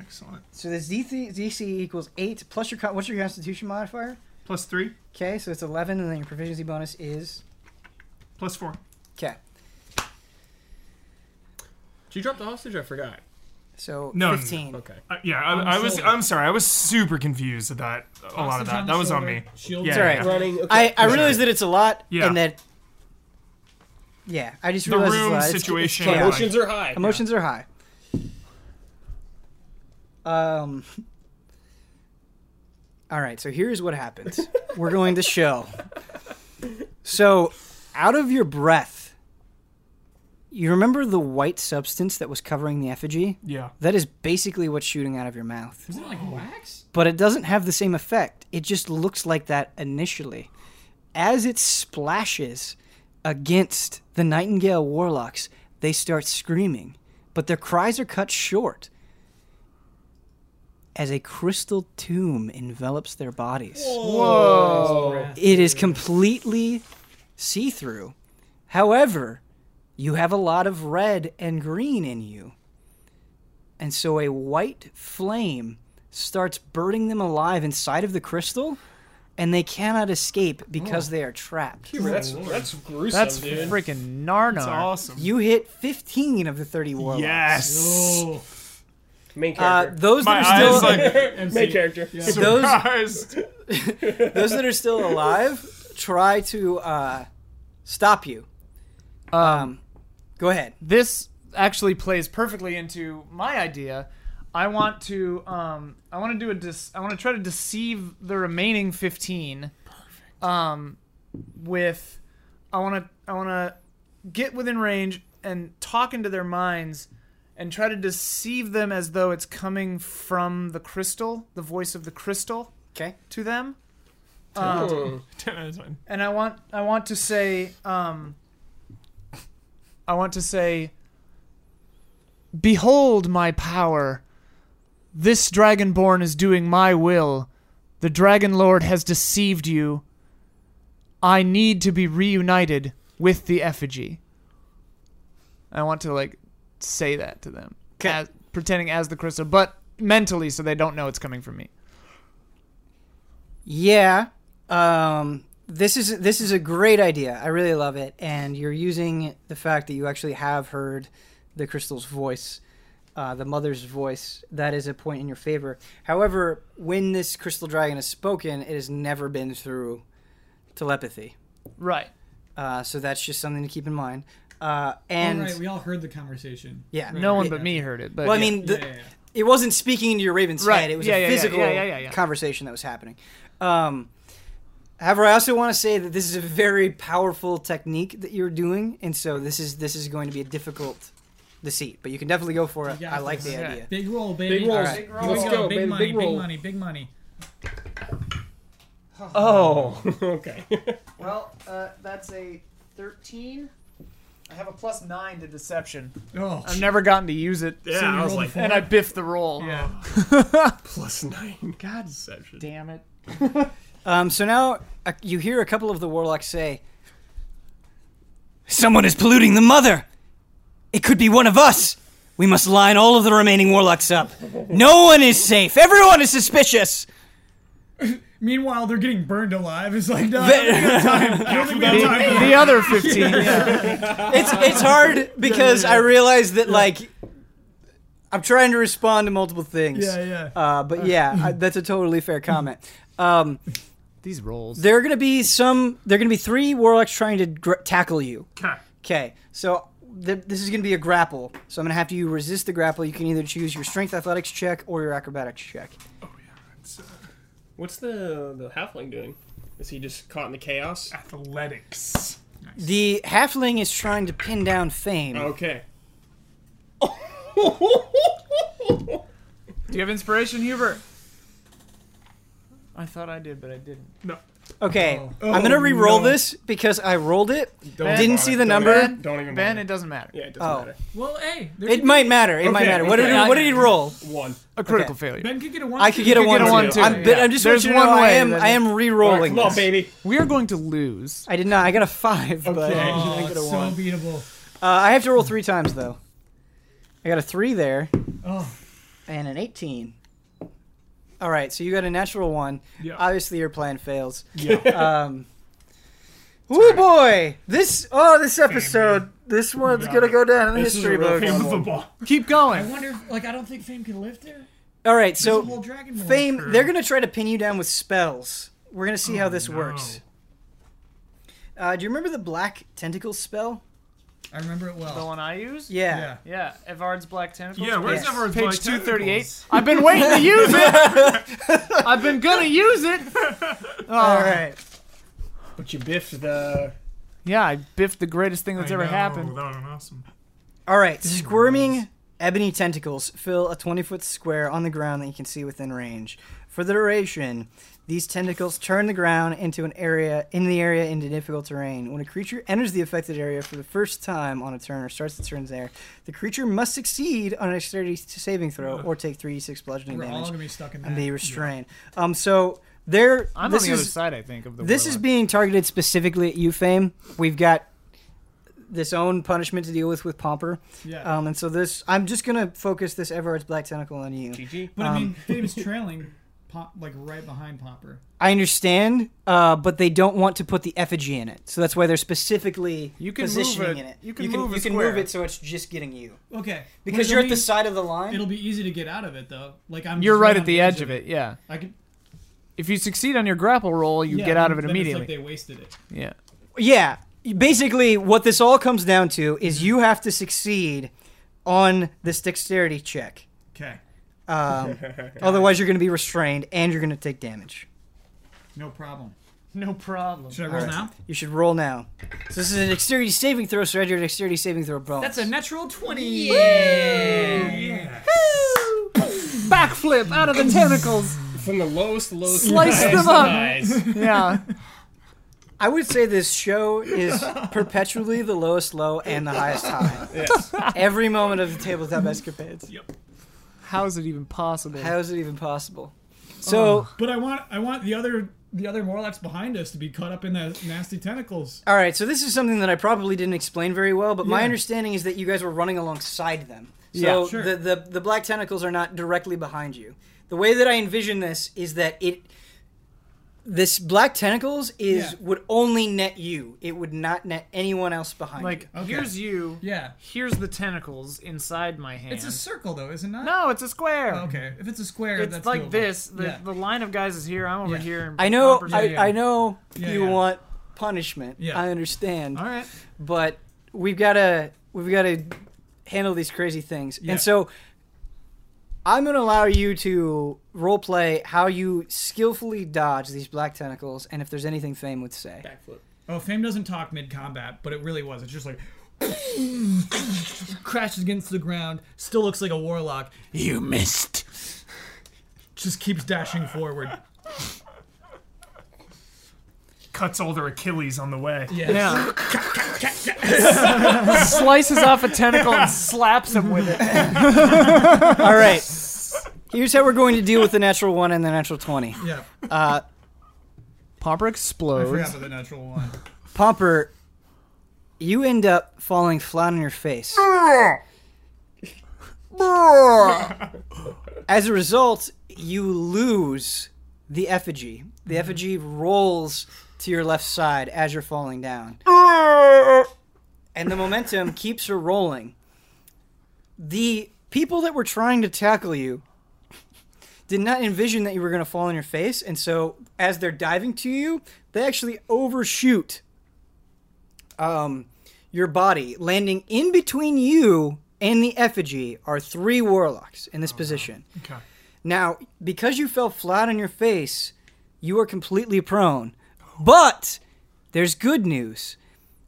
Excellent. So this DC, DC equals eight plus your con- what's your Constitution modifier? Plus three, Okay, so it's eleven, and then your proficiency bonus is plus four. okay. Did you drop the hostage? I forgot. So No, no, no. fifteen. Okay. Uh, yeah, I, I was. shoulder. I'm sorry. I was super confused at that. A lot of that. That was on me. Shield Yeah, It's all right. yeah. Running. Okay. I, I realize that it's a lot, Yeah. and that yeah, I just The realized it's a room lot. It's- it's situation, chaos. like- Emotions are high. Emotions are high. Um. All right, so here's what happens. We're going to show. So, out of your breath, you remember the white substance that was covering the effigy? Yeah. That is basically what's shooting out of your mouth. Isn't it like wax? but it doesn't have the same effect. It just looks like that initially. As it splashes against the Nightingale Warlocks, they start screaming, but their cries are cut short as a crystal tomb envelops their bodies. Oh. It is completely see through. However, you have a lot of red and green in you. And so a white flame starts burning them alive inside of the crystal, and they cannot escape because Oh. they are trapped. That's, that's gruesome, That's dude. freaking Narnar. It's awesome. You hit 15 of the 30 warlocks. yes. Oh. Main Uh, character. those that My are still eyes like Main character. those surprised. those that are still alive try to uh, stop you. Um, go ahead. this actually plays perfectly into my idea. I want to um, I want to do a dis- I want to try to deceive the remaining 15 um with I want to I want to get within range and talk into their minds and try to deceive them as though it's coming from the crystal, the voice of the crystal Okay. to them. Hmm. Ten out of ten. and I want I want to say um I want to say Behold my power. This dragonborn is doing my will. The dragon lord has deceived you. I need to be reunited with the effigy. I want to like say that to them. 'Kay. As- pretending as the crystal, but mentally so they don't know it's coming from me. Yeah. Um, this is this is a great idea. I really love it, and you're using the fact that you actually have heard the crystal's voice, uh, the mother's voice. That is a point in your favor. However, when this crystal dragon has spoken, it has never been through telepathy. Right. Uh, so that's just something to keep in mind. Uh, and all right, we all heard the conversation. yeah, No one but me heard it. But Well, I yeah. mean, the, Yeah, yeah, yeah. it wasn't speaking into your raven's Right. head. It was Yeah, a yeah, yeah, physical yeah, yeah, yeah, yeah. conversation that was happening. Um, however, I also want to say that this is a very powerful technique that you're doing, and so this is this is going to be a difficult deceit, but you can definitely go for it. You got I like this. the Yeah. idea. Big roll, baby. Big rolls. Alright. Here we Let's go. go, Big baby. money, Big roll. money, big money. Oh, okay. Well, uh, that's a 13. I have a plus 9 to deception. Oh, I've never gotten to use it. Yeah, So you I was rolled a like, four. And I biffed the roll. plus nine. God, deception. Damn it. Um, so now uh, you hear a couple of the warlocks say, "Someone is polluting the mother. It could be one of us. We must line all of the remaining warlocks up. No one is safe. Everyone is suspicious." Meanwhile, they're getting burned alive. It's like, no, I don't think we got time. I don't think we got time. for that. The other 15. yeah. it's it's hard because I realize that like I'm trying to respond to multiple things. Yeah, yeah. Uh, but yeah, I, that's a totally fair comment. Um, These rolls. there are going to be some. There are going to be three warlocks trying to gr- tackle you. Okay. Okay, so th- this is going to be a grapple. So I'm going to have to you resist the grapple. You can either choose your strength athletics check or your acrobatics check. What's the the halfling doing? Is he just caught in the chaos? Athletics. The halfling is trying to pin down Fame. Oh. Okay. Do you have inspiration, Hubert? I thought I did, but I didn't. Okay, I'm going to re-roll this because I rolled it. Didn't see the number. Even, don't even. Ben, bother. it doesn't matter. yeah, it doesn't Oh. matter. Well, hey, there It could- might matter. It might Okay, matter. What did okay. he, what did he roll? One. A critical failure. Ben could get a one. I could get too. a You one. a too. one, too. I'm, but I'm just. There's There's one one know, I way am. that- I am re-rolling. Come on, this. baby. We are going to lose. I did not. I got a five, but Okay. Oh, I got a it's one. so beatable. Uh, I have to roll three times though. I got a three there Oh, and an eighteen. All right, so you got a natural one. Yeah. Obviously, your plan fails. yeah. Um, oh boy, this oh this episode, this one's gonna go down in the This is history a real book. Came with the ball. Keep I going. wonder. If, like, I don't think Fame can live there. All right, There's a so whole dragon lord fame. crew. They're gonna try to pin you down with spells. We're gonna see how this works. Uh, do you remember the black tentacle spell? I remember it The well. one I used? Yeah. Yeah. Yeah, Evard's Black Tentacles. Yeah, where's Yes. everyone's Page black 238. tentacles? I've been waiting to use it. I've been going to use it. Ah, All right. But you biffed the. Yeah, I biffed the greatest thing that's I ever know, happened. That would have been awesome. All right, squirming ebony tentacles fill a 20 foot square on the ground that you can see within range. For the duration, these tentacles turn the ground into an area in the area into difficult terrain. When a creature enters the affected area for the first time on a turn or starts the turn there, the creature must succeed on a dexterity saving throw or take 3d6 bludgeoning We're all damage gonna be stuck in and be that. restrained. Um, so there, I'm this on the is other side, I think, of the this is warlock. being targeted specifically at you, Fame. We've got this own punishment to deal with with Pomper. Yeah. Um, and so this, I'm just gonna focus this Everard's Black Tentacle on you. GG. But I um, mean, Fame is trailing, pop, like right behind Popper. I understand, uh, but they don't want to put the effigy in it, so that's why they're specifically You can move positioning it- in it. you can move a you can square. move it so it's just getting you Okay. because Well, you're it'll at the be- side of the line. It'll be easy to get out of it though. Like I'm. You're just right on at the edge of it, yeah. I could If you succeed on your grapple roll, you yeah, get out of then it it's immediately. Like they wasted it. yeah. Yeah. Basically, what this all comes down to is you have to succeed on this dexterity check. Okay. Um, otherwise, you're going to be restrained and you're going to take damage. No problem. No problem. Should I roll All right. now? You should roll now. So this is a dexterity saving throw, so add your dexterity saving throw bonus. That's a natural twenty. Backflip out of the tentacles. From the lowest, lowest. Slice highest them up. highs. Yeah. I would say this show is perpetually the lowest low and the highest high. Yes. Every moment of the tabletop escapades. How is it even possible? How is it even possible? So, But I want I want the other the other Morlocks behind us to be caught up in the nasty tentacles. all right, so this is something that I probably didn't explain very well, but my Yeah. understanding is that you guys were running alongside them. So Yeah, sure. the, the the black tentacles are not directly behind you. The way that I envision this is that it this black tentacles is Yeah. would only net you. It would not net anyone else behind you. Like, Okay. here's you. Yeah. Here's the tentacles inside my hand. It's a circle though, is it not? Oh, no, it's a square. Okay. If it's a square, It's that's like doable. this. The, yeah. the line of guys is here. I'm over Yeah. here. and I know, Pomper's I, over here. I know Yeah, you yeah. want punishment. Yeah. I understand, All right. but we've got to we've got to handle these crazy things. Yeah. And so, I'm going to allow you to role play how you skillfully dodge these black tentacles, and if there's anything Fame would say. Backflip. Oh, Fame doesn't talk mid combat, but it really was. It's just like crashes against the ground. Still looks like a warlock. You missed. Just keeps dashing forward. Cuts older Achilles on the way. Yeah. Yeah. Slices off a tentacle and slaps him with it. All right. Here's how we're going to deal with the natural one and the natural twenty. Yeah. Pomper I forgot explodes. about the natural one. Pomper, you end up falling flat on your face. As a result, you lose the effigy. The effigy rolls to your left side as you're falling down. And the momentum keeps her rolling. The people that were trying to tackle you did not envision that you were going to fall on your face, and so as they're diving to you, they actually overshoot um, your body. Landing in between you and the effigy are three warlocks in this position. Okay. Now, because you fell flat on your face, you are completely prone. But there's good news.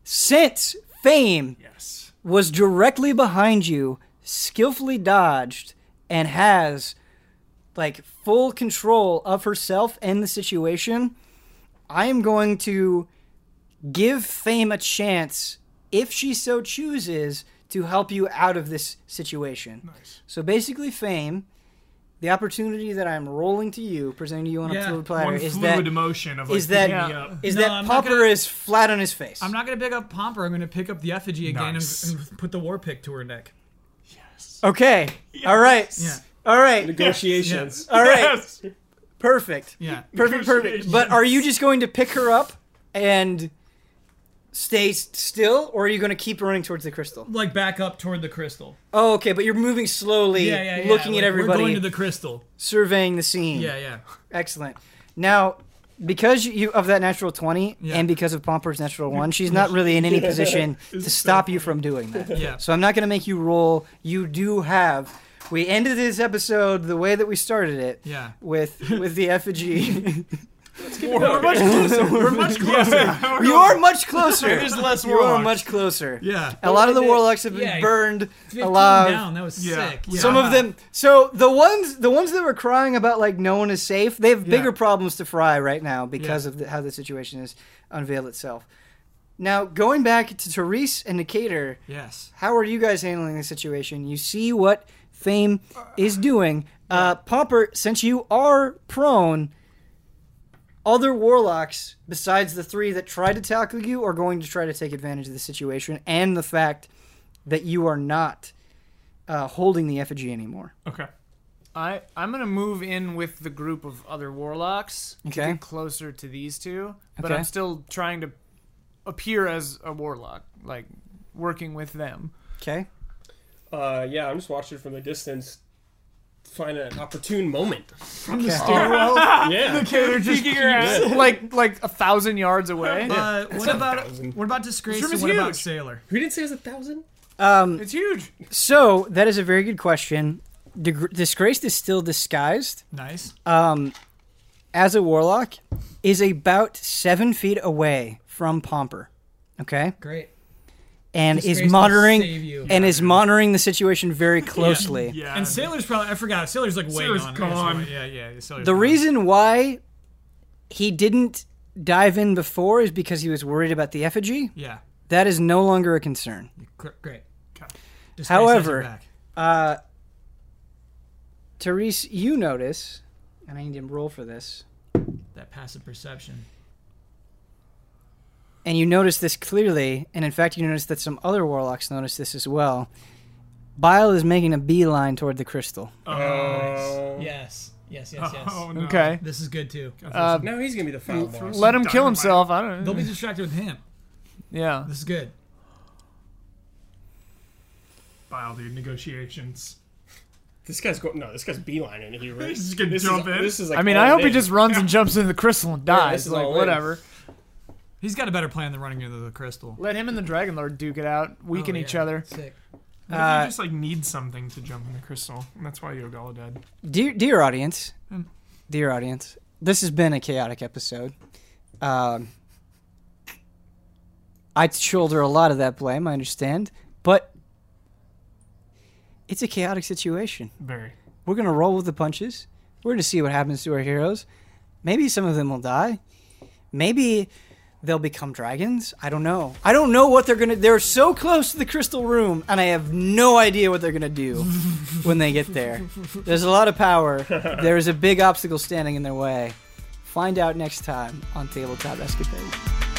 Since Fame Yes. was directly behind you, skillfully dodged, and has like full control of herself and the situation, I am going to give Fame a chance, if she so chooses, to help you out of this situation. Nice. So basically, Fame, the opportunity that I'm rolling to you, presenting to you on Yeah, a fluid platter, One is fluid that emotion of like is that is picking me Yeah. up. that No, I'm not Popper gonna- is flat on his face. I'm not gonna pick up Pomper. I'm gonna pick up the effigy again Nice. and, and put the war pick to her neck. Okay. All right. Yeah, All right. Negotiations. All right. Yes. Perfect. yeah. Perfect. Perfect. But are you just going to pick her up and stay s- still, or are you going to keep running towards the crystal? Like back up toward the crystal. Oh, okay. But you're moving slowly, Yeah, yeah, yeah. looking at like, We're everybody, going to the crystal. surveying the scene. Yeah, yeah. Excellent. Now, because you of that natural twenty, Yeah. and because of Pomper's natural one, she's not really in any position to stop you from doing that. Yeah. So I'm not going to make you roll. You do have. We ended this episode the way that we started it. Yeah. With with the effigy. We're much closer. We're much closer. you are much closer. There's less you are warlocks. much closer. Yeah. A lot of the warlocks have been Yeah. burned 15 alive. down. That was Yeah. sick. Yeah. Some of them. So the ones, the ones that were crying about like no one is safe, they have bigger problems to fry right now because of the, how the situation has unveiled itself. Now going back to Therese and Nicator, Yes. how are you guys handling the situation? You see what Fame is doing. Uh, Pomper, since you are prone, other warlocks besides the three that tried to tackle you are going to try to take advantage of the situation and the fact that you are not uh, holding the effigy anymore. Okay. I I'm gonna move in with the group of other warlocks to Okay. get closer to these two, but Okay. I'm still trying to appear as a warlock, like working with them. Okay. Uh, yeah, I'm just watching from a distance. Find an opportune moment. Uh, Yeah. like like a thousand yards away. Uh, what about thousand. what about disgrace? This room And is what about huge. sailor? Who didn't say it was a thousand? Um, It's huge. so that is a very good question. Dig- Disgraced is still disguised. Nice. um, as a warlock, is about seven feet away from Pomper. Okay, Great. and Disgraced is will monitoring save you. and is monitoring the situation very closely. Yeah. And sailor's probably I forgot. Sailor's like way Sailor's gone. gone. Yeah, yeah. Sailor's The gone. reason why he didn't dive in before is because he was worried about the effigy. Yeah. That is no longer a concern. Gr- Great. Disgrace has However- it back. Uh, Therese, you notice, and I need to roll for this. that passive perception. and you notice this clearly, and in fact, you notice that some other warlocks notice this as well. Bile is making a beeline toward the crystal. Oh. Yes. Yes. Yes. Yes. Oh, no. Okay. This is good too. Uh, Now he's gonna be the final boss. let him kill Dynamite. himself. I don't They'll know. be distracted with him. Yeah. This is good. Bile, dude. Negotiations. This guy's going. No, this guy's beelining here. Right? He's just gonna this jump is, in. This is like. I mean, all I hope he in. just runs and jumps into the crystal and dies. is like all in. whatever. He's got a better plan than running into the crystal. Let him and the dragon lord duke it out, weaken Oh, each yeah. other. Sick. What if Uh, you just like need something to jump in the crystal? And that's why Yogala died. Dear, dear audience, Hmm. dear audience, this has been a chaotic episode. Um, I shoulder a lot of that blame, I understand, but it's a chaotic situation. Very. We're gonna roll with the punches. We're gonna see what happens to our heroes. Maybe some of them will die. Maybe they'll become dragons. I don't know. I don't know what they're gonna. They're so close to the crystal room, and I have no idea what they're gonna do when they get there. There's a lot of power. There is a big obstacle standing in their way. Find out next time on Tabletop Escapade.